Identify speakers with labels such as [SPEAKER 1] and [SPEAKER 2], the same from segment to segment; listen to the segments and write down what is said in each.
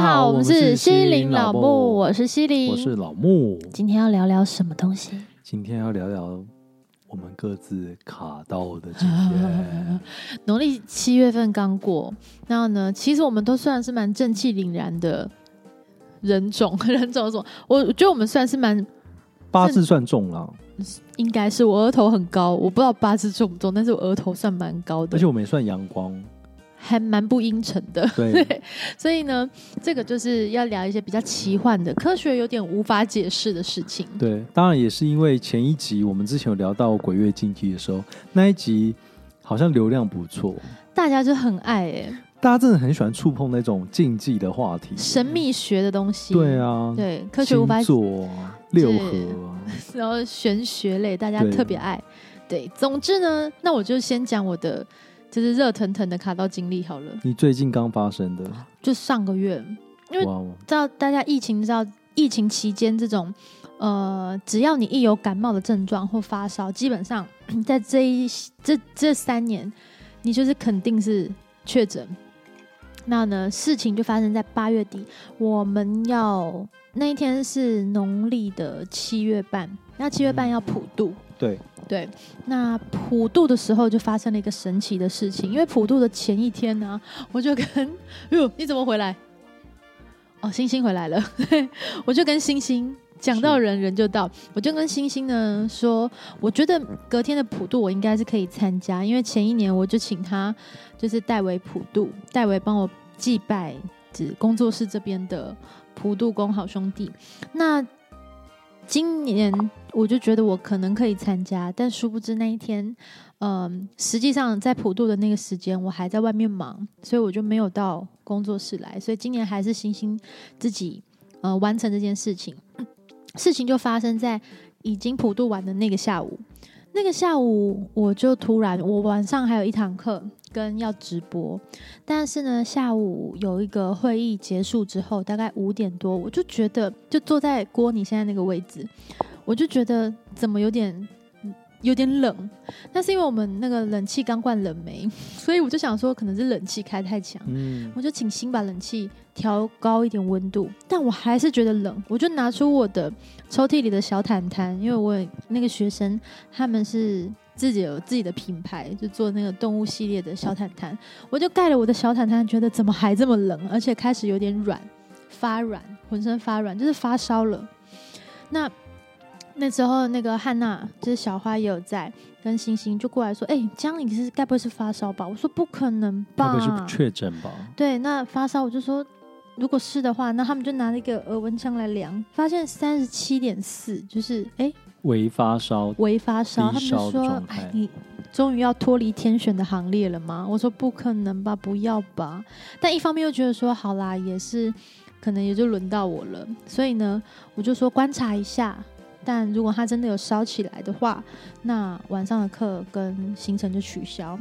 [SPEAKER 1] 好，我们是
[SPEAKER 2] 西
[SPEAKER 1] 西林老木，我是西林，
[SPEAKER 2] 我是老木。
[SPEAKER 1] 今天要聊聊什么东西？
[SPEAKER 2] 今天要聊聊我们各自卡到的经验。
[SPEAKER 1] 农历七月份刚过，然后呢，其实我们都算是蛮正气凛然的人种， 人种种，我觉得我们算是蛮
[SPEAKER 2] 八字算重了，
[SPEAKER 1] 应该是我额头很高，我不知道八字重不重，但是我额头算蛮高的，
[SPEAKER 2] 而且我们也算阳光。
[SPEAKER 1] 还蛮不阴沉的。
[SPEAKER 2] 对，
[SPEAKER 1] 所以呢，这个就是要聊一些比较奇幻的、科学有点无法解释的事情。
[SPEAKER 2] 对，当然也是因为前一集我们之前有聊到鬼月禁忌的时候，那一集好像流量不错，
[SPEAKER 1] 大家就很爱哎、
[SPEAKER 2] 大家真的很喜欢触碰那种禁忌的话题，
[SPEAKER 1] 神。秘学的东西。
[SPEAKER 2] 对啊，，
[SPEAKER 1] 对，科学无法
[SPEAKER 2] 座啊、六合啊，
[SPEAKER 1] 然后玄学类大家
[SPEAKER 2] 对
[SPEAKER 1] 特别爱。对，总之呢，那我就先讲我的就是热腾腾的卡到经历好了，
[SPEAKER 2] 你最近刚发生的，
[SPEAKER 1] 就上个月，因为
[SPEAKER 2] 哇哦，
[SPEAKER 1] 知道大家疫情知道疫情期间这种。呃，只要你一有感冒的症状或发烧，基本上 在这一这这三年，你就是肯定是确诊。那呢，事情就发生在八月底，我们要那一天是农历的七月半，那七月半要普渡，
[SPEAKER 2] 对，
[SPEAKER 1] 对，那普渡的时候就发生了一个神奇的事情，因为普渡的前一天呢、我就跟， 哟，你怎么回来？哦，星星回来了， 我就跟星星讲到
[SPEAKER 2] 是
[SPEAKER 1] 人人就到，我就跟星星呢说，我觉得隔天的普渡我应该是可以参加，因为前一年我就请他就是代为普渡，代为帮我祭拜指工作室这边的普渡公好兄弟。那今年我就觉得我可能可以参加，但殊不知那一天，嗯，实际上在普渡的那个时间，我还在外面忙，所以我就没有到工作室来。所以今年还是星星自己呃完成这件事情。 事情就发生在已经普渡完的那个下午。那个下午，我就突然，我晚上还有一堂课跟要直播，但是呢，下午有一个会议结束之后，大概五点多，我就觉得，就坐在郭你现在那个位置，我就觉得怎么有点有点冷，那是因为我们那个冷气刚灌冷媒， 所以我就想说，可能是冷气开太强，
[SPEAKER 2] 嗯，
[SPEAKER 1] 我就请新把冷气调高一点温度，但我还是觉得冷，我就拿出我的抽屉里的小毯毯，因为我有那个学生他们是自己有自己的品牌，就做那个动物系列的小毯毯，我就盖了我的小毯毯，觉得怎么还这么冷，而且开始有点软，发软，浑身发软，就是发烧了。那那时候那个汉娜就是小花也有在，跟星星就过来说：“哎、江你是该不会是发烧吧？”我说：“不可能
[SPEAKER 2] 会
[SPEAKER 1] 吧，
[SPEAKER 2] 不会是确诊吧？
[SPEAKER 1] 对，那发烧我就说，如果是的话，那他们就拿了一个额温枪来量，发现三十七点四，就是哎
[SPEAKER 2] 微发烧，
[SPEAKER 1] 微发烧，他们
[SPEAKER 2] 低烧
[SPEAKER 1] 就说
[SPEAKER 2] 的状，
[SPEAKER 1] 哎
[SPEAKER 2] 态，
[SPEAKER 1] 你终于要脱离天选的行列了吗？我说不可能吧，不要吧。但一方面又觉得说，好啦，也是可能也就轮到我了，所以呢，我就说观察一下。但如果他真的有烧起来的话，那晚上的课跟行程就取消。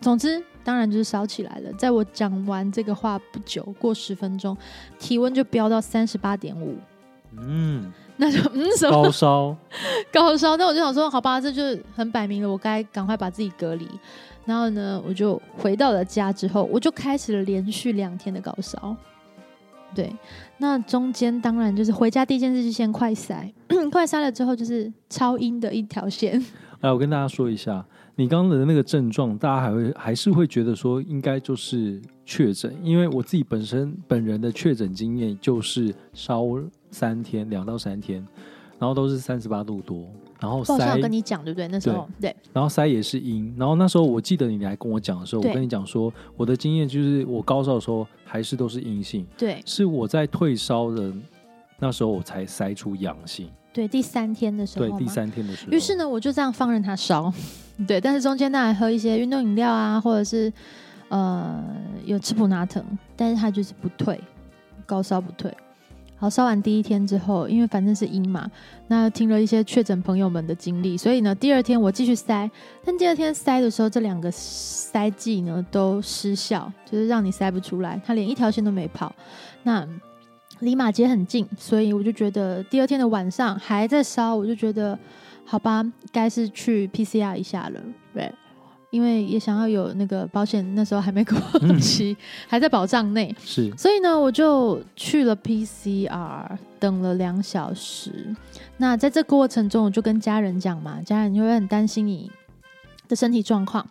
[SPEAKER 1] 总之，当然就是烧起来了。在我讲完这个话不久，过十分钟，体温就飙到三十八点五，
[SPEAKER 2] 嗯，
[SPEAKER 1] 那就嗯什么
[SPEAKER 2] 高烧，
[SPEAKER 1] 高烧，但我就想说，好吧，这就很摆明了，我该赶快把自己隔离。然后呢，我就回到了家之后，我就开始了连续两天的高烧。对，那中间当然就是回家第一件事就先快筛， 快筛了之后就是超音的一条线，
[SPEAKER 2] 来，我跟大家说一下，你刚刚的那个症状，大家还会还是会觉得说应该就是确诊，因为我自己本身本人的确诊经验就是烧三天，两到三天，然后都是三十八度多，然后
[SPEAKER 1] 我好像有
[SPEAKER 2] 塞
[SPEAKER 1] 跟，你讲对不对？那时候对
[SPEAKER 2] 然后塞也是阴，然后那时候我记得你来跟我讲的时候，
[SPEAKER 1] 对
[SPEAKER 2] 我跟你讲说我的经验就是我高烧的时候还是都是阴性，
[SPEAKER 1] 对
[SPEAKER 2] 是我在退烧的那时候我才筛出阳性，
[SPEAKER 1] 对，第三天的时候
[SPEAKER 2] 对，
[SPEAKER 1] 嘛
[SPEAKER 2] 第三天的时候，
[SPEAKER 1] 于是呢，我就这样放任它烧，对，但是中间当然喝一些运动饮料啊，或者是呃有吃普拿疼，但是它就是不退，高烧不退。好，烧完第一天之后，因为反正是阴嘛，那听了一些确诊朋友们的经历，所以呢，第二天我继续塞，但第二天塞的时候，这两个塞剂呢都失效，就是让你塞不出来，它连一条线都没跑。那离马街很近，所以我就觉得第二天的晚上还在烧，我就觉得好吧，该是去 PCR 一下了。对，因为也想要有那个保险，那时候还没过 期，还在保障内，
[SPEAKER 2] 是
[SPEAKER 1] 所以呢，我就去了 PCR，等了两小时。那在这过程中，我就跟家人讲嘛，家人就会很担心你的身体状况。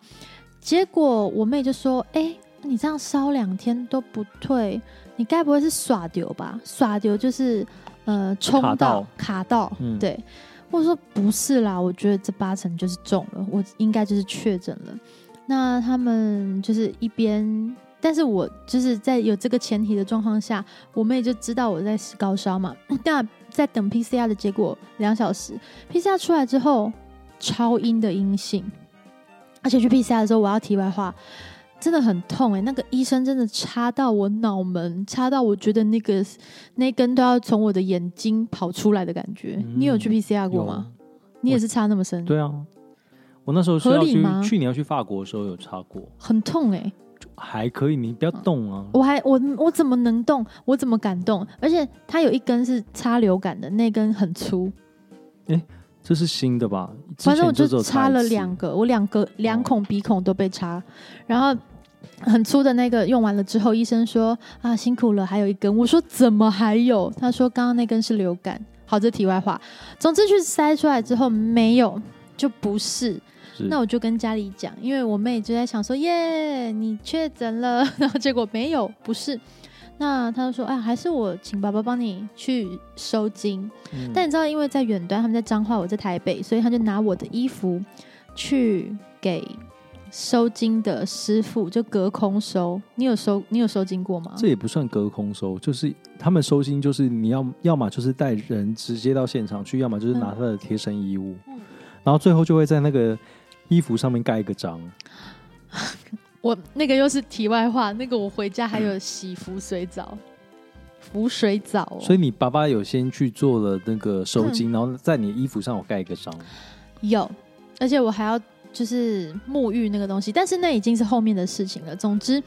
[SPEAKER 1] 结果我妹就说：“哎、你这样烧两天都不退，你该不会是耍丢吧？耍丢就是呃冲
[SPEAKER 2] 卡到
[SPEAKER 1] 到卡到，
[SPEAKER 2] 嗯
[SPEAKER 1] 对。”我说：“不是啦，我觉得这八成就是中了，我应该就是确诊了。”那他们就是一边但是我就是在有这个前提的状况下，我妹就知道我在高烧嘛。 那在等 PCR 的结果两小时，PCR 出来之后超音的阴性，而且去 PCR 的时候，我要题外话，真的很痛哎、那个医生真的插到我脑门，插到我觉得那个那根都要从我的眼睛跑出来的感觉。
[SPEAKER 2] 嗯
[SPEAKER 1] 你有去 PCR 过吗？
[SPEAKER 2] 有啊
[SPEAKER 1] 你也是插那么深，
[SPEAKER 2] 对啊，我那时候
[SPEAKER 1] 嗯
[SPEAKER 2] 是
[SPEAKER 1] 合
[SPEAKER 2] 要
[SPEAKER 1] 理
[SPEAKER 2] 去
[SPEAKER 1] 吗
[SPEAKER 2] 去年要去法国的时候有插过，
[SPEAKER 1] 很痛哎、
[SPEAKER 2] 还可以，你不要
[SPEAKER 1] 嗯
[SPEAKER 2] 动啊。
[SPEAKER 1] 我还我我怎么能动？我怎么敢动？而且它有一根是插流感的，那根很粗，
[SPEAKER 2] 这是新的吧？之
[SPEAKER 1] 反正我
[SPEAKER 2] 前
[SPEAKER 1] 就
[SPEAKER 2] 只有
[SPEAKER 1] 插了
[SPEAKER 2] 一次哦
[SPEAKER 1] 两个，我两个两孔鼻孔都被插，然后很粗的那个用完了之后，医生说啊辛苦了，还有一根。我说怎么还有？他说刚刚那根是流感。好，这题外话。总之去筛出来之后没有，就不是。
[SPEAKER 2] 是
[SPEAKER 1] 那我就跟家里讲，因为我妹就在想说，耶，你确诊了，然后结果没有，不是。那她就说，啊，还是我请爸爸帮你去收金。
[SPEAKER 2] 嗯
[SPEAKER 1] 但你知道，因为在远端，他们在彰化，我在台北，所以他就拿我的衣服去给收金的师傅，就隔空收。你有收，你有收金过吗？
[SPEAKER 2] 这也不算隔空收，就是他们收心，就是你要要么就是带人直接到现场去，要么就是拿
[SPEAKER 1] 嗯
[SPEAKER 2] 他的贴身衣物，
[SPEAKER 1] 嗯
[SPEAKER 2] 然后最后就会在那个衣服上面盖一个章。
[SPEAKER 1] 哦我那个又是题外话，那个我回家还有洗浮水澡，浮水澡、哦，
[SPEAKER 2] 所以你爸爸有先去做了那个收
[SPEAKER 1] 嗯
[SPEAKER 2] 金，然后在你的衣服上有盖一个章。
[SPEAKER 1] 有，而且我还要就是沐浴那个东西，但是那已经是后面的事情了。总之，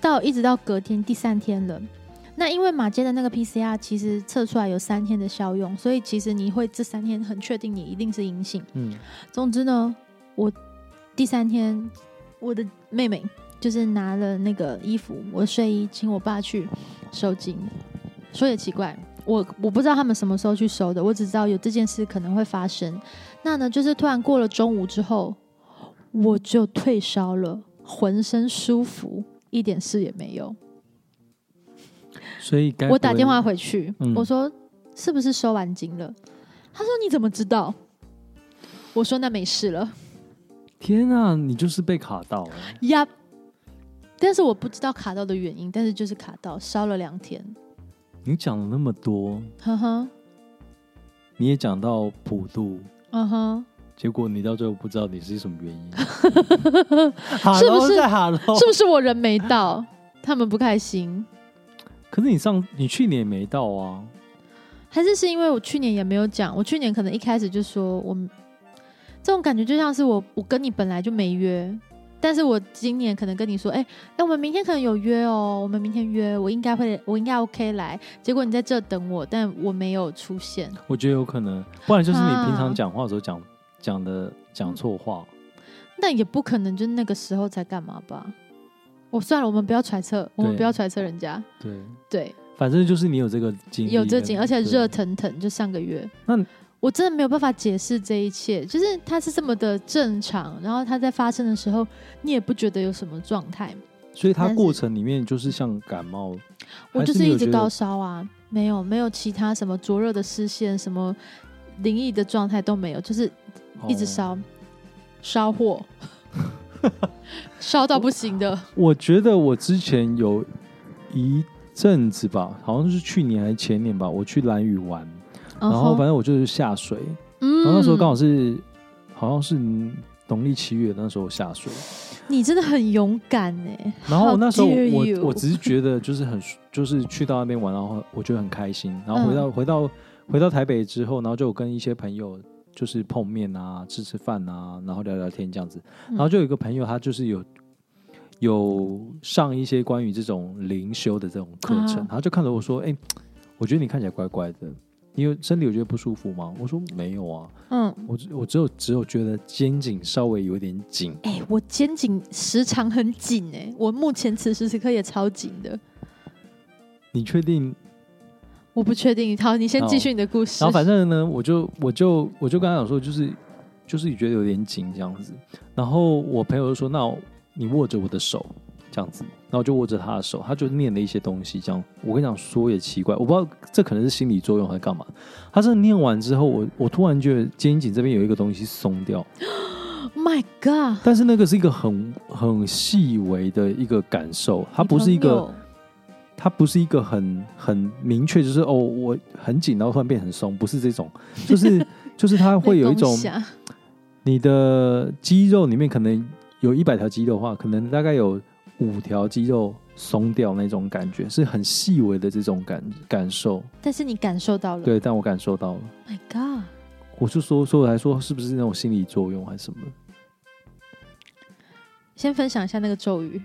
[SPEAKER 1] 到一直到隔天第三天了。那因为马街的那个 PCR 其实测出来有三天的效用，所以其实你会这三天很确定你一定是阴性。
[SPEAKER 2] 嗯，
[SPEAKER 1] 总之呢，我第三天，我的妹妹就是拿了那个衣服，我的睡衣，请我爸去收金。说也奇怪，我我不知道他们什么时候去收的，我只知道有这件事可能会发生。那呢，就是突然过了中午之后，我就退烧了，浑身舒服，一点事也没有。
[SPEAKER 2] 所以该不会
[SPEAKER 1] 我打电话回去，
[SPEAKER 2] 嗯
[SPEAKER 1] 我说是不是收完金了？他说你怎么知道？我说那没事了。
[SPEAKER 2] 天啊，你就是被卡到啊了。
[SPEAKER 1] 呀、但是我不知道卡到的原因，但是就是卡到，烧了两天，
[SPEAKER 2] 你讲了那么多，
[SPEAKER 1] 呵呵，
[SPEAKER 2] 你也讲到普渡，
[SPEAKER 1] 嗯哼，
[SPEAKER 2] 结果你到最后不知道你是什么原因，
[SPEAKER 1] 是不
[SPEAKER 2] Hello
[SPEAKER 1] 是
[SPEAKER 2] 再 hello
[SPEAKER 1] 是不是我人没到，他们不开心，
[SPEAKER 2] 可是你上你去年也没到啊，
[SPEAKER 1] 还是是因为我去年也没有讲，我去年可能一开始就说我们这种感觉就像是我我跟你本来就没约。但是我今年可能跟你说，哎、哎、我们明天可能有约哦，我们明天约，我应该会，我应该 OK 来。结果你在这等我，但我没有出现。
[SPEAKER 2] 我觉得有可能，不然就是你
[SPEAKER 1] 啊
[SPEAKER 2] 平常讲话的时候讲讲的讲错话，
[SPEAKER 1] 但也不可能就那个时候才干嘛吧？我算了，我们不要揣测，我们不要揣测人家。
[SPEAKER 2] 对，
[SPEAKER 1] 对，
[SPEAKER 2] 反正就是你有这个经历，
[SPEAKER 1] 有这景，而且
[SPEAKER 2] 对
[SPEAKER 1] 热，腾腾，就上个月。
[SPEAKER 2] 那你
[SPEAKER 1] 我真的没有办法解释这一切，就是它是这么的正常，然后它在发生的时候，你也不觉得有什么状态。
[SPEAKER 2] 所以它
[SPEAKER 1] 但是
[SPEAKER 2] 过程里面就是像感冒，
[SPEAKER 1] 我就是
[SPEAKER 2] 还是你有
[SPEAKER 1] 一直
[SPEAKER 2] 觉得
[SPEAKER 1] 高烧啊，没有没有其他什么灼热的视线，什么灵异的状态都没有，就是一直
[SPEAKER 2] 哦
[SPEAKER 1] 烧，烧 货，烧到不行的。
[SPEAKER 2] 我觉得我之前有一阵子吧，好像是去年还是前年吧，我去蓝屿玩，然后
[SPEAKER 1] 嗯哼
[SPEAKER 2] 反正我就是下水，
[SPEAKER 1] 嗯
[SPEAKER 2] 然后那时候刚好是好像是农历七月那时候下水，
[SPEAKER 1] 你真的很勇敢哎！
[SPEAKER 2] 然后那时候
[SPEAKER 1] How dare
[SPEAKER 2] 我
[SPEAKER 1] you
[SPEAKER 2] 我只是觉得就是很就是去到那边玩，然后我觉得很开心。然后回
[SPEAKER 1] 嗯
[SPEAKER 2] 到、回到回到台北之后，然后就有跟一些朋友就是碰面啊，吃吃饭啊，然后聊聊天这样子。
[SPEAKER 1] 嗯
[SPEAKER 2] 然后就有一个朋友，他就是有有上一些关于这种灵修的这种课程，
[SPEAKER 1] 啊
[SPEAKER 2] 然后就看着我说：“哎、我觉得你看起来怪怪的。”你有身体有觉得不舒服吗？”我说：“没有啊，
[SPEAKER 1] 嗯，
[SPEAKER 2] 我只我只有只有觉得肩颈稍微有点紧。
[SPEAKER 1] 哎、我肩颈时常很紧哎、我目前此时此刻也超紧的。”
[SPEAKER 2] 你确定？
[SPEAKER 1] 我不确定，好，你先继续你的故事。
[SPEAKER 2] 然后反正呢，我就我就我就跟他讲说，就是就是觉得有点紧这样子。然后我朋友就说：“那你握着我的手这样子。”然后我就握着他的手，他就念了一些东西。这样，我跟你讲说也奇怪，我不知道这可能是心理作用还是干嘛。他这念完之后，我我突然觉得肩颈这边有一个东西松掉，
[SPEAKER 1] My God，
[SPEAKER 2] 但是那个是一个很很细微的一个感受，它不是一
[SPEAKER 1] 你
[SPEAKER 2] 个
[SPEAKER 1] 朋友
[SPEAKER 2] 它不是一个很很明确，就是哦，我很紧，然后突然变很松，不是这种，就是 就是它会有一种
[SPEAKER 1] 被攻下
[SPEAKER 2] 你的肌肉里面可能有一百条肌肉的话，可能大概有五条肌肉松掉那种感觉，是很细微的这种感感受。
[SPEAKER 1] 但是你感受到了。
[SPEAKER 2] 对，但我感受到了，
[SPEAKER 1] My God，
[SPEAKER 2] 我就说，所以我来说是不是那种心理作用还是什么的？
[SPEAKER 1] 先分享一下那个咒语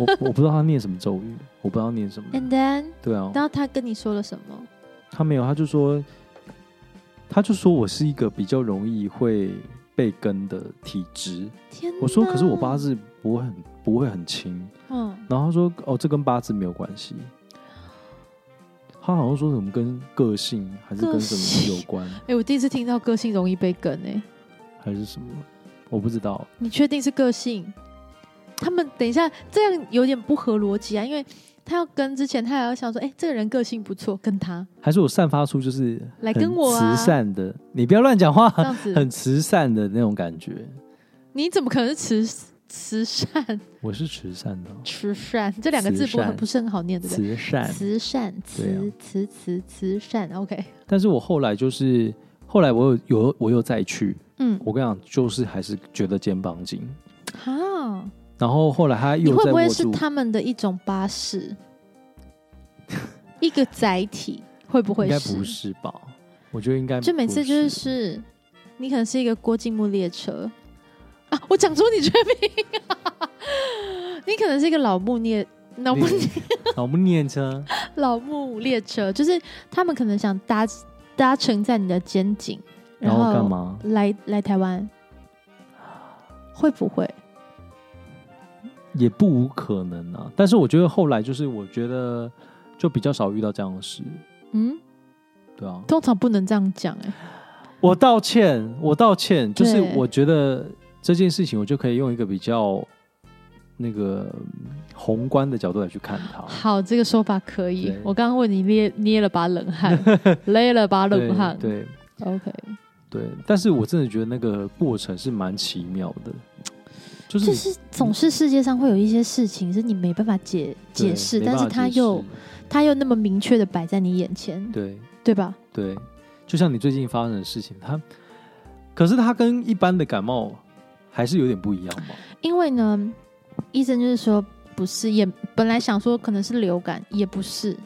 [SPEAKER 2] 我我不知道他念什么咒语，我不知道念 什么。
[SPEAKER 1] ，And then，
[SPEAKER 2] 对啊，
[SPEAKER 1] 然后他跟你说了什么？
[SPEAKER 2] 他没有，他就说，他就说我是一个比较容易会被跟的体质。
[SPEAKER 1] 天哪，
[SPEAKER 2] 我说，可是我八字不会很不会很轻。
[SPEAKER 1] 嗯，
[SPEAKER 2] 然后他说，哦，这跟八字没有关系。他好像说什么跟个性还是跟什
[SPEAKER 1] 个
[SPEAKER 2] 么
[SPEAKER 1] 性
[SPEAKER 2] 有关，
[SPEAKER 1] 哎、我第一次听到个性容易被跟哎、
[SPEAKER 2] 还是什么，我不知道。
[SPEAKER 1] 你确定是个性？他们等一下这样有点不合逻辑啊，因为他要跟之前他还要想说，哎、这个人个性不错，跟他
[SPEAKER 2] 还是我散发出就是
[SPEAKER 1] 来跟我啊
[SPEAKER 2] 很慈善的，你不要乱讲话，
[SPEAKER 1] 这样子，
[SPEAKER 2] 很慈善的那种感觉。
[SPEAKER 1] 你怎么可能是慈慈善
[SPEAKER 2] 我是慈善的哦，
[SPEAKER 1] 慈善这两个字
[SPEAKER 2] 慈
[SPEAKER 1] 不
[SPEAKER 2] 善
[SPEAKER 1] 很不是很好念，对不对？
[SPEAKER 2] 慈善，
[SPEAKER 1] 慈善
[SPEAKER 2] 对啊
[SPEAKER 1] 慈慈慈慈善，OK，
[SPEAKER 2] 但是我后来就是后来我有有我又再去，
[SPEAKER 1] 嗯，
[SPEAKER 2] 我跟你讲，就是还是觉得肩膀紧。
[SPEAKER 1] 哈，
[SPEAKER 2] 然后后来他
[SPEAKER 1] 你
[SPEAKER 2] 又
[SPEAKER 1] 会
[SPEAKER 2] 在
[SPEAKER 1] 不
[SPEAKER 2] 握
[SPEAKER 1] 会是
[SPEAKER 2] 住，
[SPEAKER 1] 他们的一种巴士，一个载体？会不会
[SPEAKER 2] 应该
[SPEAKER 1] 是？
[SPEAKER 2] 不是吧？我觉得应该
[SPEAKER 1] 就每次
[SPEAKER 2] 不
[SPEAKER 1] 就是 你可能是一个郭敬木列车啊，我讲出你全名、 你可能是一个老木列老木
[SPEAKER 2] 念老木念车，
[SPEAKER 1] 老木列车，就是他们可能想搭搭乘在你的肩颈，
[SPEAKER 2] 然后干？嘛？
[SPEAKER 1] 来来台湾，会不会？
[SPEAKER 2] 也不无可能啊。但是我觉得后来就是我觉得就比较少遇到这样的事，
[SPEAKER 1] 嗯，
[SPEAKER 2] 对啊。
[SPEAKER 1] 通常不能这样讲哎、
[SPEAKER 2] 我道歉，我道歉，就是
[SPEAKER 1] 对
[SPEAKER 2] 我觉得这件事情，我就可以用一个比较那个嗯宏观的角度来去看它。
[SPEAKER 1] 好，这个说法可以
[SPEAKER 2] 对。
[SPEAKER 1] 我刚刚为你捏捏了把冷 汗，勒了把冷汗。
[SPEAKER 2] 对对
[SPEAKER 1] OK，
[SPEAKER 2] 对，但是我真的觉得那个过程是蛮奇妙的，就是
[SPEAKER 1] 就
[SPEAKER 2] 你
[SPEAKER 1] 是总是世界上会有一些事情是你没办法解
[SPEAKER 2] 对
[SPEAKER 1] 解释，
[SPEAKER 2] 没
[SPEAKER 1] 但
[SPEAKER 2] 办
[SPEAKER 1] 是
[SPEAKER 2] 法
[SPEAKER 1] 它
[SPEAKER 2] 解释
[SPEAKER 1] 又它又那么明确的摆在你眼前，对
[SPEAKER 2] 对
[SPEAKER 1] 吧？
[SPEAKER 2] 对，就像你最近发生的事情，它可是它跟一般的感冒还是有点不一样嘛。
[SPEAKER 1] 因为呢，医生就是说不是，也本来想说可能是流感，也不是。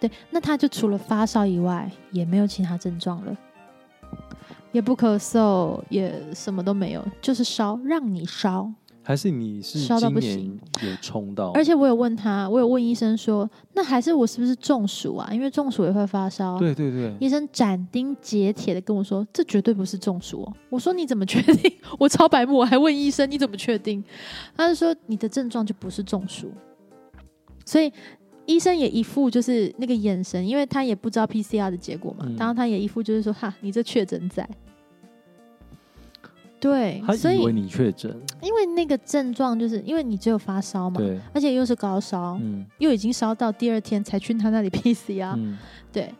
[SPEAKER 1] 对，那他就除了发烧以外，也没有其他症状了，也不咳嗽，也什么都没有，就是烧，让你烧。
[SPEAKER 2] 还是你是
[SPEAKER 1] 烧到
[SPEAKER 2] 今
[SPEAKER 1] 不
[SPEAKER 2] 年有冲到，
[SPEAKER 1] 而且我有问他，我有问医生说，那还是我是不是中暑啊？因为中暑也会发烧啊。
[SPEAKER 2] 对对对，
[SPEAKER 1] 医生斩钉截铁的跟我说：“这绝对不是中暑、哦。”我说：“你怎么确定？” 我超白目，我还问医生：“你怎么确定？”他就说：“你的症状就不是中暑。”所以医生也一副就是那个眼神，因为他也不知道 PCR 的结果嘛，
[SPEAKER 2] 嗯
[SPEAKER 1] 然后他也一副就是说：“哈，你这确诊仔。”对，
[SPEAKER 2] 他
[SPEAKER 1] 所以嗯
[SPEAKER 2] 以为你确诊，
[SPEAKER 1] 因为那个症状就是因为你只有发烧嘛，
[SPEAKER 2] 对，
[SPEAKER 1] 而且又是高烧，
[SPEAKER 2] 嗯
[SPEAKER 1] 又已经烧到第二天才去他那里 PCR，、
[SPEAKER 2] 嗯，
[SPEAKER 1] 对，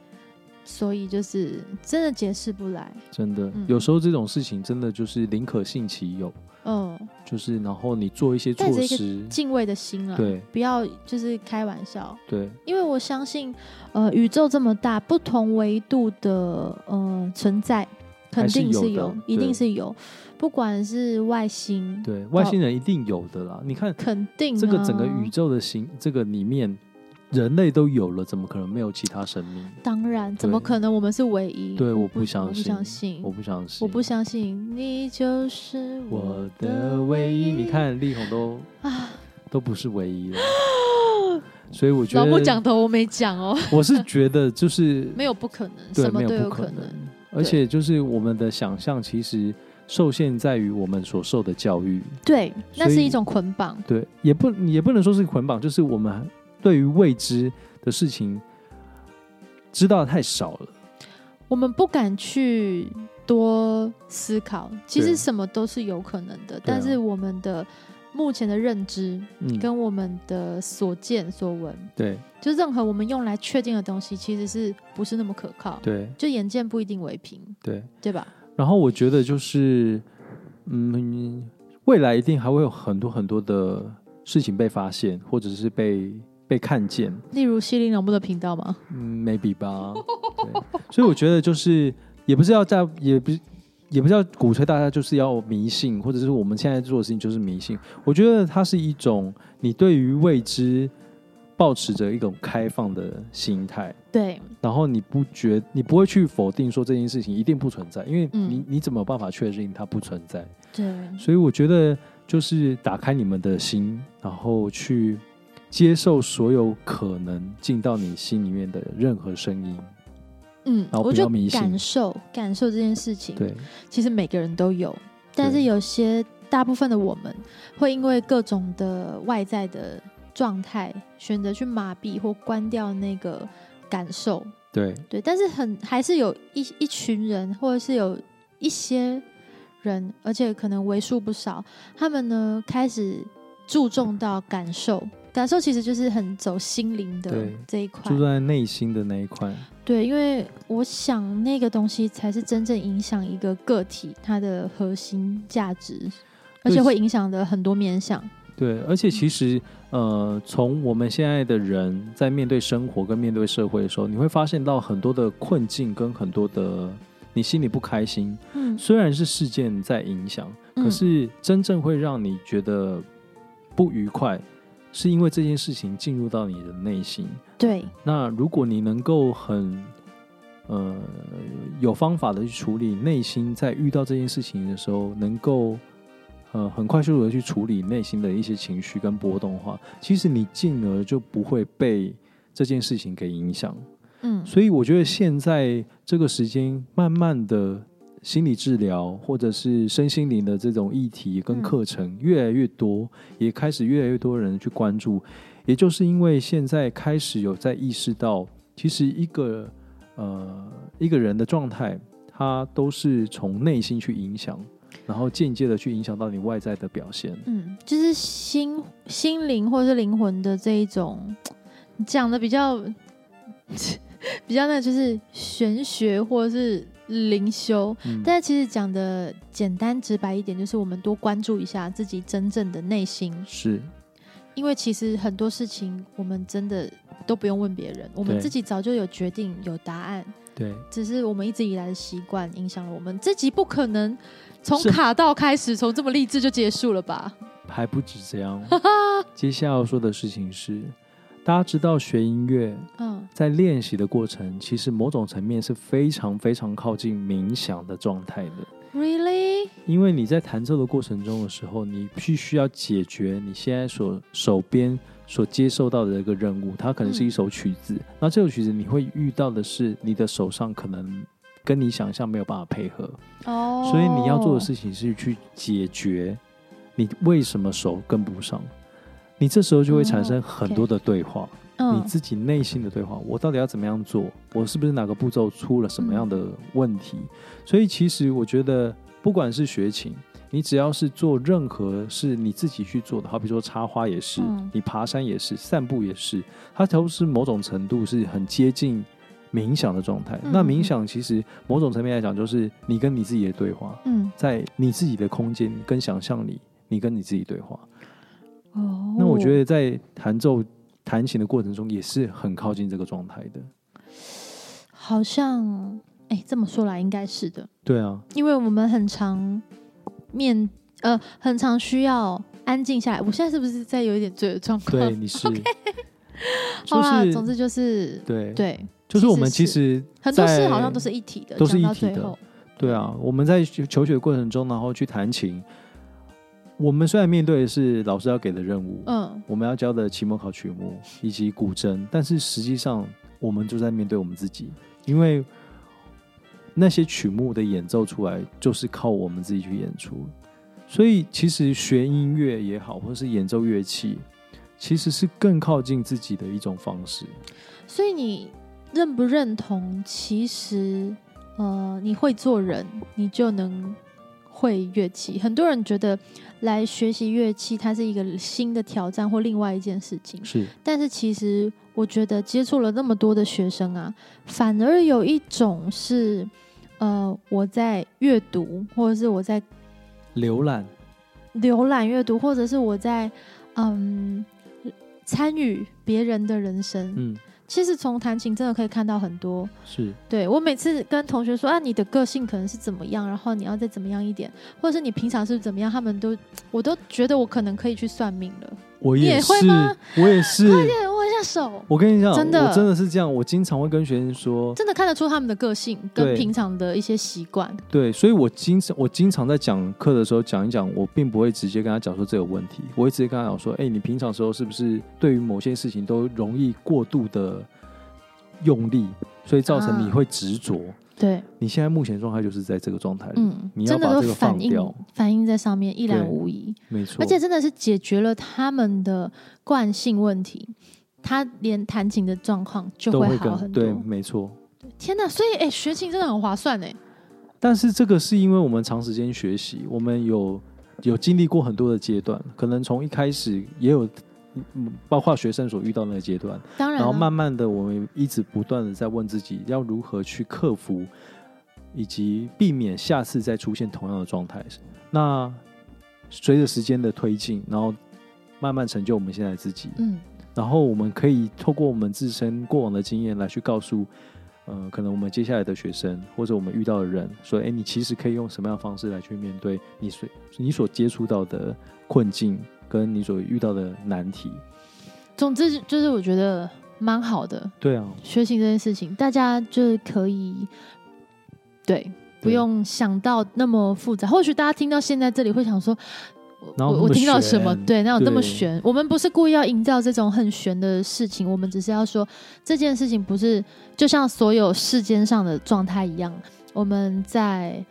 [SPEAKER 1] 所以就是真的解释不来。
[SPEAKER 2] 真的
[SPEAKER 1] 嗯，
[SPEAKER 2] 有时候这种事情真的就是宁可信其有，
[SPEAKER 1] 嗯，
[SPEAKER 2] 就是然后你做一些
[SPEAKER 1] 带
[SPEAKER 2] 措
[SPEAKER 1] 着一个
[SPEAKER 2] 施，
[SPEAKER 1] 敬畏的心啊，
[SPEAKER 2] 对
[SPEAKER 1] 不要就是开玩笑，
[SPEAKER 2] 对
[SPEAKER 1] 因为我相信，呃，宇宙这么大，不同维度的呃存在，肯
[SPEAKER 2] 还是
[SPEAKER 1] 定
[SPEAKER 2] 有
[SPEAKER 1] 是
[SPEAKER 2] 的
[SPEAKER 1] 有，
[SPEAKER 2] 对
[SPEAKER 1] 一定是有，不管是外星，
[SPEAKER 2] 对，外星人一定有的啦。你看
[SPEAKER 1] 肯定、啊、
[SPEAKER 2] 这个整个宇，宙的形，这个里面人类都有了，怎么可能没有其他生命？
[SPEAKER 1] 当然，怎么
[SPEAKER 2] 对
[SPEAKER 1] 可能我们是唯一？
[SPEAKER 2] 对，我
[SPEAKER 1] 不
[SPEAKER 2] 不相信，
[SPEAKER 1] 我不相信
[SPEAKER 2] 我不相信，
[SPEAKER 1] 我不相信你就是
[SPEAKER 2] 我的唯一。你看力宏都
[SPEAKER 1] 啊，
[SPEAKER 2] 都不是唯一了，所以我觉
[SPEAKER 1] 老木讲
[SPEAKER 2] 得，
[SPEAKER 1] 头我没讲哦，
[SPEAKER 2] 我是觉得就是
[SPEAKER 1] 没有不可能，
[SPEAKER 2] 对
[SPEAKER 1] 什么
[SPEAKER 2] 没
[SPEAKER 1] 都
[SPEAKER 2] 有不
[SPEAKER 1] 可
[SPEAKER 2] 可能。而且就是我们的想象其实受限在于我们所受的教育，
[SPEAKER 1] 对，那
[SPEAKER 2] 所
[SPEAKER 1] 是
[SPEAKER 2] 以
[SPEAKER 1] 一种捆绑。
[SPEAKER 2] 对，也不也不能说是捆绑，就是我们对于未知的事情知道的太少了。
[SPEAKER 1] 我们不敢去多思考，其实
[SPEAKER 2] 对啊
[SPEAKER 1] 什么都是有可能的，但是我们的目前的认知
[SPEAKER 2] 嗯，
[SPEAKER 1] 跟我们的所见所闻，
[SPEAKER 2] 对
[SPEAKER 1] 就任何我们用来确定的东西，其实是不是那么可靠？
[SPEAKER 2] 对
[SPEAKER 1] 就眼见不一定为凭，
[SPEAKER 2] 对。
[SPEAKER 1] 对吧？
[SPEAKER 2] 然后我觉得就是，嗯，未来一定还会有很多很多的事情被发现，或者是被被看见。
[SPEAKER 1] 例如西林老木的频道嘛，
[SPEAKER 2] 嗯，maybe 吧。对，所以我觉得就是也不是要在，也不是也不是要鼓吹大家就是要迷信，或者是我们现在做的事情就是迷信。我觉得它是一种你对于未知保持着一种开放的心态，
[SPEAKER 1] 对，
[SPEAKER 2] 然后你不觉你不会去否定说这件事情一定不存在，因为
[SPEAKER 1] 嗯
[SPEAKER 2] 你、你怎么有办法确定它不存在？
[SPEAKER 1] 对，
[SPEAKER 2] 所以我觉得就是打开你们的心，然后去接受所有可能进到你心里面的任何声音。
[SPEAKER 1] 嗯，
[SPEAKER 2] 然后
[SPEAKER 1] 我
[SPEAKER 2] 不
[SPEAKER 1] 就
[SPEAKER 2] 要迷信
[SPEAKER 1] 感受感受这件事情，
[SPEAKER 2] 对，
[SPEAKER 1] 其实每个人都有，但是
[SPEAKER 2] 对
[SPEAKER 1] 有些大部分的我们会因为各种的外在的状态，选择去麻痹或关掉那个感受。
[SPEAKER 2] 对，
[SPEAKER 1] 对，但是很还是有一一群人，或者是有一些人，而且可能为数不少，他们呢开始注重到感受。感受其实就是很走心灵的
[SPEAKER 2] 对
[SPEAKER 1] 这一块，
[SPEAKER 2] 住在内心的那一块。
[SPEAKER 1] 对，因为我想那个东西才是真正影响一个个体它的核心价值，而且会影响的很多面向。
[SPEAKER 2] 对，而
[SPEAKER 1] 嗯
[SPEAKER 2] 且其实，呃，从我们现在的人在面对生活跟面对社会的时候，你会发现到很多的困境跟很多的你心里不开心，
[SPEAKER 1] 嗯，
[SPEAKER 2] 虽然是事件在影响，
[SPEAKER 1] 嗯
[SPEAKER 2] 可是真正会让你觉得不愉快，是因为这件事情进入到你的内心。
[SPEAKER 1] 对，
[SPEAKER 2] 那如果你能够很呃有方法的去处理内心，在遇到这件事情的时候，能够呃很快速的去处理内心的一些情绪跟波动的话，其实你进而就不会被这件事情给影响。
[SPEAKER 1] 嗯，
[SPEAKER 2] 所以我觉得现在这个时间，慢慢的心理治疗或者是身心灵的这种议题跟课程越来越多，也开始越来越多人去关注。也就是因为现在开始有在意识到，其实一个呃一个人的状态，它都是从内心去影响，然后间接的去影响到你外在的表现。
[SPEAKER 1] 嗯，就是心心灵或是灵魂的这一种，讲的比较 比较那个就是玄学或是灵修，
[SPEAKER 2] 嗯，
[SPEAKER 1] 但其实讲的简单直白一点，就是我们多关注一下自己真正的内心。
[SPEAKER 2] 是
[SPEAKER 1] 因为其实很多事情我们真的都不用问别人，我们
[SPEAKER 2] 对
[SPEAKER 1] 自己早就有决定、有答案，
[SPEAKER 2] 对。
[SPEAKER 1] 只是我们一直以来的习惯影响了我们。这集不可能从
[SPEAKER 2] 是
[SPEAKER 1] 卡到开始，从这么励志就结束了吧？
[SPEAKER 2] 还不止这样。接下来要说的事情是，大家知道学音乐
[SPEAKER 1] 嗯，
[SPEAKER 2] 在练习的过程，其实某种层面是非常非常靠近冥想的状态的。
[SPEAKER 1] Really？
[SPEAKER 2] 因为你在弹奏的过程中的时候，你必须要解决你现在所手边所接受到的一个任务，它可能是一首曲子。那这首曲子你会遇到的是，你的手上可能跟你想象没有办法配合，
[SPEAKER 1] 哦、
[SPEAKER 2] 所以你要做的事情是去解决你为什么手跟不上，你这时候就会产生很多的对话，你
[SPEAKER 1] 嗯，
[SPEAKER 2] 自己内心的对话，我到底要怎么样做？我是不是哪个步骤出了什么样的
[SPEAKER 1] 嗯
[SPEAKER 2] 问题？所以其实我觉得，不管是学琴，你只要是做任何是你自己去做的，好比说插花也是，
[SPEAKER 1] 嗯
[SPEAKER 2] 你爬山也是，散步也是，它都是某种程度是很接近。冥想的状态，
[SPEAKER 1] 嗯
[SPEAKER 2] 那
[SPEAKER 1] 嗯
[SPEAKER 2] 冥
[SPEAKER 1] 嗯
[SPEAKER 2] 想其实某种层面来讲，就是你跟你自己的对话。
[SPEAKER 1] 嗯，
[SPEAKER 2] 在你自己的空间跟想象里，你跟你自己对话。
[SPEAKER 1] 哦，
[SPEAKER 2] 那我觉得在弹奏弹琴的过程中，也是很靠近这个状态的。
[SPEAKER 1] 好像，哎，这么说来应该是的，
[SPEAKER 2] 对啊，
[SPEAKER 1] 因为我们很常面呃，很常需要安静下来。我现在是不是在有一点醉的状况？
[SPEAKER 2] 对，你 是，
[SPEAKER 1] 好
[SPEAKER 2] 就
[SPEAKER 1] 啦，
[SPEAKER 2] 是
[SPEAKER 1] 总之就是
[SPEAKER 2] 对，
[SPEAKER 1] 对，
[SPEAKER 2] 就是我们其
[SPEAKER 1] 是
[SPEAKER 2] 实
[SPEAKER 1] 很多事
[SPEAKER 2] 在
[SPEAKER 1] 好像都是一体的，
[SPEAKER 2] 都是
[SPEAKER 1] 讲
[SPEAKER 2] 一
[SPEAKER 1] 到
[SPEAKER 2] 体
[SPEAKER 1] 最
[SPEAKER 2] 的
[SPEAKER 1] 后，
[SPEAKER 2] 对啊，我们在求学的过程中，然后去弹琴，我们虽然面对的是老师要给的任务，
[SPEAKER 1] 嗯，
[SPEAKER 2] 我们要教的期末考曲目以及古筝，但是实际上我们就在面对我们自己，因为那些曲目的演奏出来就是靠我们自己去演出，所以其实学音乐也好，或是演奏乐器，其实是更靠近自己的一种方式。
[SPEAKER 1] 所以你认不认同？其实，呃，你会做人，你就能会乐器。很多人觉得来学习乐器，它是一个新的挑战或另外一件事情。
[SPEAKER 2] 是
[SPEAKER 1] 但是其实我觉得接触了那么多的学生啊，反而有一种是，呃，我在阅读，或者是我在
[SPEAKER 2] 浏览，
[SPEAKER 1] 浏览阅读，或者是我在嗯参与别人的人生。
[SPEAKER 2] 嗯，
[SPEAKER 1] 其实从弹琴真的可以看到很多。
[SPEAKER 2] 是
[SPEAKER 1] 对我每次跟同学说啊，你的个性可能是怎么样，然后你要再怎么样一点，或者是你平常是怎么样，他们都我都觉得我可能可以去算命了。
[SPEAKER 2] 我
[SPEAKER 1] 你也
[SPEAKER 2] 是
[SPEAKER 1] 会吗，
[SPEAKER 2] 我也是。
[SPEAKER 1] 快点握一下手，
[SPEAKER 2] 我跟你讲，
[SPEAKER 1] 真的
[SPEAKER 2] 我真的是这样。我经常会跟学生说，
[SPEAKER 1] 真的看得出他们的个性
[SPEAKER 2] 对
[SPEAKER 1] 跟平常的一些习惯。
[SPEAKER 2] 对，所以我经常我经常在讲课的时候讲一讲，我并不会直接跟他讲说这有问题，我会直接跟他讲说，哎、你平常时候是不是对于某些事情都容易过度的用力，所以造成你
[SPEAKER 1] 啊
[SPEAKER 2] 会执着。
[SPEAKER 1] 对，
[SPEAKER 2] 你现在目前状态就是在这个状态里，
[SPEAKER 1] 嗯
[SPEAKER 2] 呃你，要
[SPEAKER 1] 真的
[SPEAKER 2] 把
[SPEAKER 1] 都
[SPEAKER 2] 这个放
[SPEAKER 1] 反
[SPEAKER 2] 掉
[SPEAKER 1] 映反映在上面，一览
[SPEAKER 2] 对
[SPEAKER 1] 无遗。
[SPEAKER 2] 没错。
[SPEAKER 1] 而且真的是解决了他们的惯性问题，他连弹琴的状况就
[SPEAKER 2] 都
[SPEAKER 1] 会
[SPEAKER 2] 会
[SPEAKER 1] 好
[SPEAKER 2] 跟
[SPEAKER 1] 很
[SPEAKER 2] 对，
[SPEAKER 1] 多。
[SPEAKER 2] 没错。
[SPEAKER 1] 天哪！所以哎、学琴真的很划算哎。
[SPEAKER 2] 但是这个是因为我们长时间学习，我们有有经历过很多的阶段，可能从一开始也有，嗯包括学生所遇到的那个阶段。
[SPEAKER 1] 当然啊
[SPEAKER 2] 然
[SPEAKER 1] 了，
[SPEAKER 2] 后慢慢的，我们一直不断的在问自己，要如何去克服，以及避免下次再出现同样的状态。那随着时间的推进，然后慢慢成就我们现在自己，
[SPEAKER 1] 嗯，
[SPEAKER 2] 然后我们可以透过我们自身过往的经验来去告诉，呃，可能我们接下来的学生或者我们遇到的人，说，哎，你其实可以用什么样的方式来去面对你所你所接触到的困境，跟你所遇到的难题。
[SPEAKER 1] 总之就是我觉得蛮好的，
[SPEAKER 2] 对啊，
[SPEAKER 1] 学琴这件事情，大家就是可以对。不
[SPEAKER 2] 对
[SPEAKER 1] 用想到那么复杂，或许大家听到现在这里会想说，
[SPEAKER 2] 然后
[SPEAKER 1] 我我听到什么？对，哪有那么
[SPEAKER 2] 对
[SPEAKER 1] 悬？我们不是故意要营造这种很悬的事情，我们只是要说这件事情不是就像所有世间上的状态一样，我们在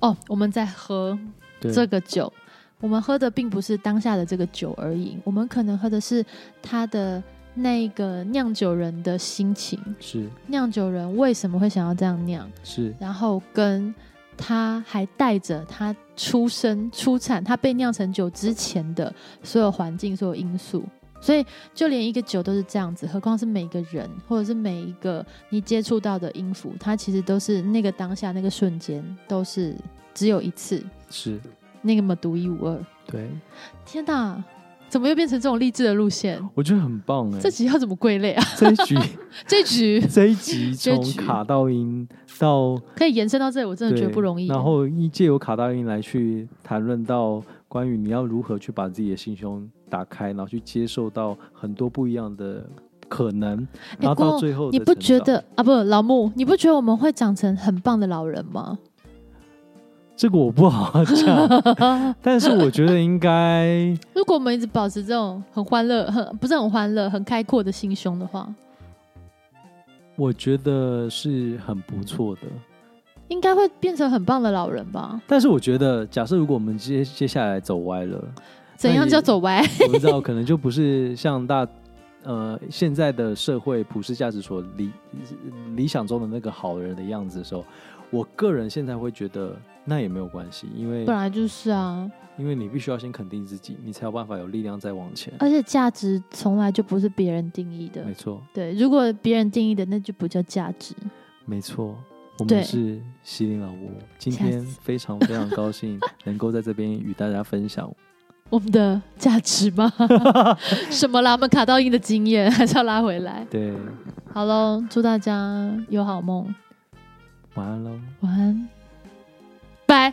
[SPEAKER 1] 哦，我们在喝
[SPEAKER 2] 对
[SPEAKER 1] 这个酒，我们喝的并不是当下的这个酒而已，我们可能喝的是他的那个酿酒人的心情，
[SPEAKER 2] 是
[SPEAKER 1] 酿酒人为什么会想要这样酿？
[SPEAKER 2] 是
[SPEAKER 1] 然后跟他还带着他出生、出产、他被酿成酒之前的所有环境、所有因素。所以，就连一个酒都是这样子，何况是每个人，或者是每一个你接触到的音符，它其实都是那个当下、那个瞬间，都是只有一次，
[SPEAKER 2] 是，
[SPEAKER 1] 那个么独一无二。
[SPEAKER 2] 对，
[SPEAKER 1] 天哪，怎么又变成这种励志的路线？
[SPEAKER 2] 我觉得很棒哎、
[SPEAKER 1] 这集要怎么归类啊？
[SPEAKER 2] 这一 局
[SPEAKER 1] 这局
[SPEAKER 2] 这一集
[SPEAKER 1] 这
[SPEAKER 2] 从
[SPEAKER 1] 一局
[SPEAKER 2] 卡到音到
[SPEAKER 1] 可以延伸到这里，我真的
[SPEAKER 2] 对
[SPEAKER 1] 觉得不容易。
[SPEAKER 2] 然后一借由卡到音来去谈论到关于你要如何去把自己的心胸打开，然后去接受到很多不一样的可能，然后
[SPEAKER 1] 哎郭
[SPEAKER 2] 到最后的
[SPEAKER 1] 你不
[SPEAKER 2] 成
[SPEAKER 1] 觉
[SPEAKER 2] 长
[SPEAKER 1] 得啊？不，老木，你不觉得我们会长成很棒的老人吗？
[SPEAKER 2] 这个我不好讲， 但是我觉得应该
[SPEAKER 1] 如果我们一直保持这种很欢乐、很不是很欢乐、很开阔的心胸的话，
[SPEAKER 2] 我觉得是很不错的。
[SPEAKER 1] 应该会变成很棒的老人吧？
[SPEAKER 2] 但是我觉得，假设如果我们接接下来走歪了，
[SPEAKER 1] 怎样
[SPEAKER 2] 也
[SPEAKER 1] 叫走歪？
[SPEAKER 2] 我不知道，可能就不是像大呃现在的社会普世价值所理理想中的那个好人的样子的时候，我个人现在会觉得那也没有关系，因为
[SPEAKER 1] 本来就是啊，
[SPEAKER 2] 因为你必须要先肯定自己，你才有办法有力量再往前。
[SPEAKER 1] 而且价值从来就不是别人定义的
[SPEAKER 2] 没。错，
[SPEAKER 1] 对，如果别人定义的，那就不叫价值。
[SPEAKER 2] 没错。我
[SPEAKER 1] 对
[SPEAKER 2] 们是西林老吴，今
[SPEAKER 1] 吓
[SPEAKER 2] 天
[SPEAKER 1] 死
[SPEAKER 2] 非常非常高兴 能够在这边与大家分享。
[SPEAKER 1] 我们的价值 吗？什么啦？我们卡到音的经验还是要拉回来。
[SPEAKER 2] 对，
[SPEAKER 1] 好喽，祝大家有好梦，
[SPEAKER 2] 晚安喽。
[SPEAKER 1] 晚安，拜。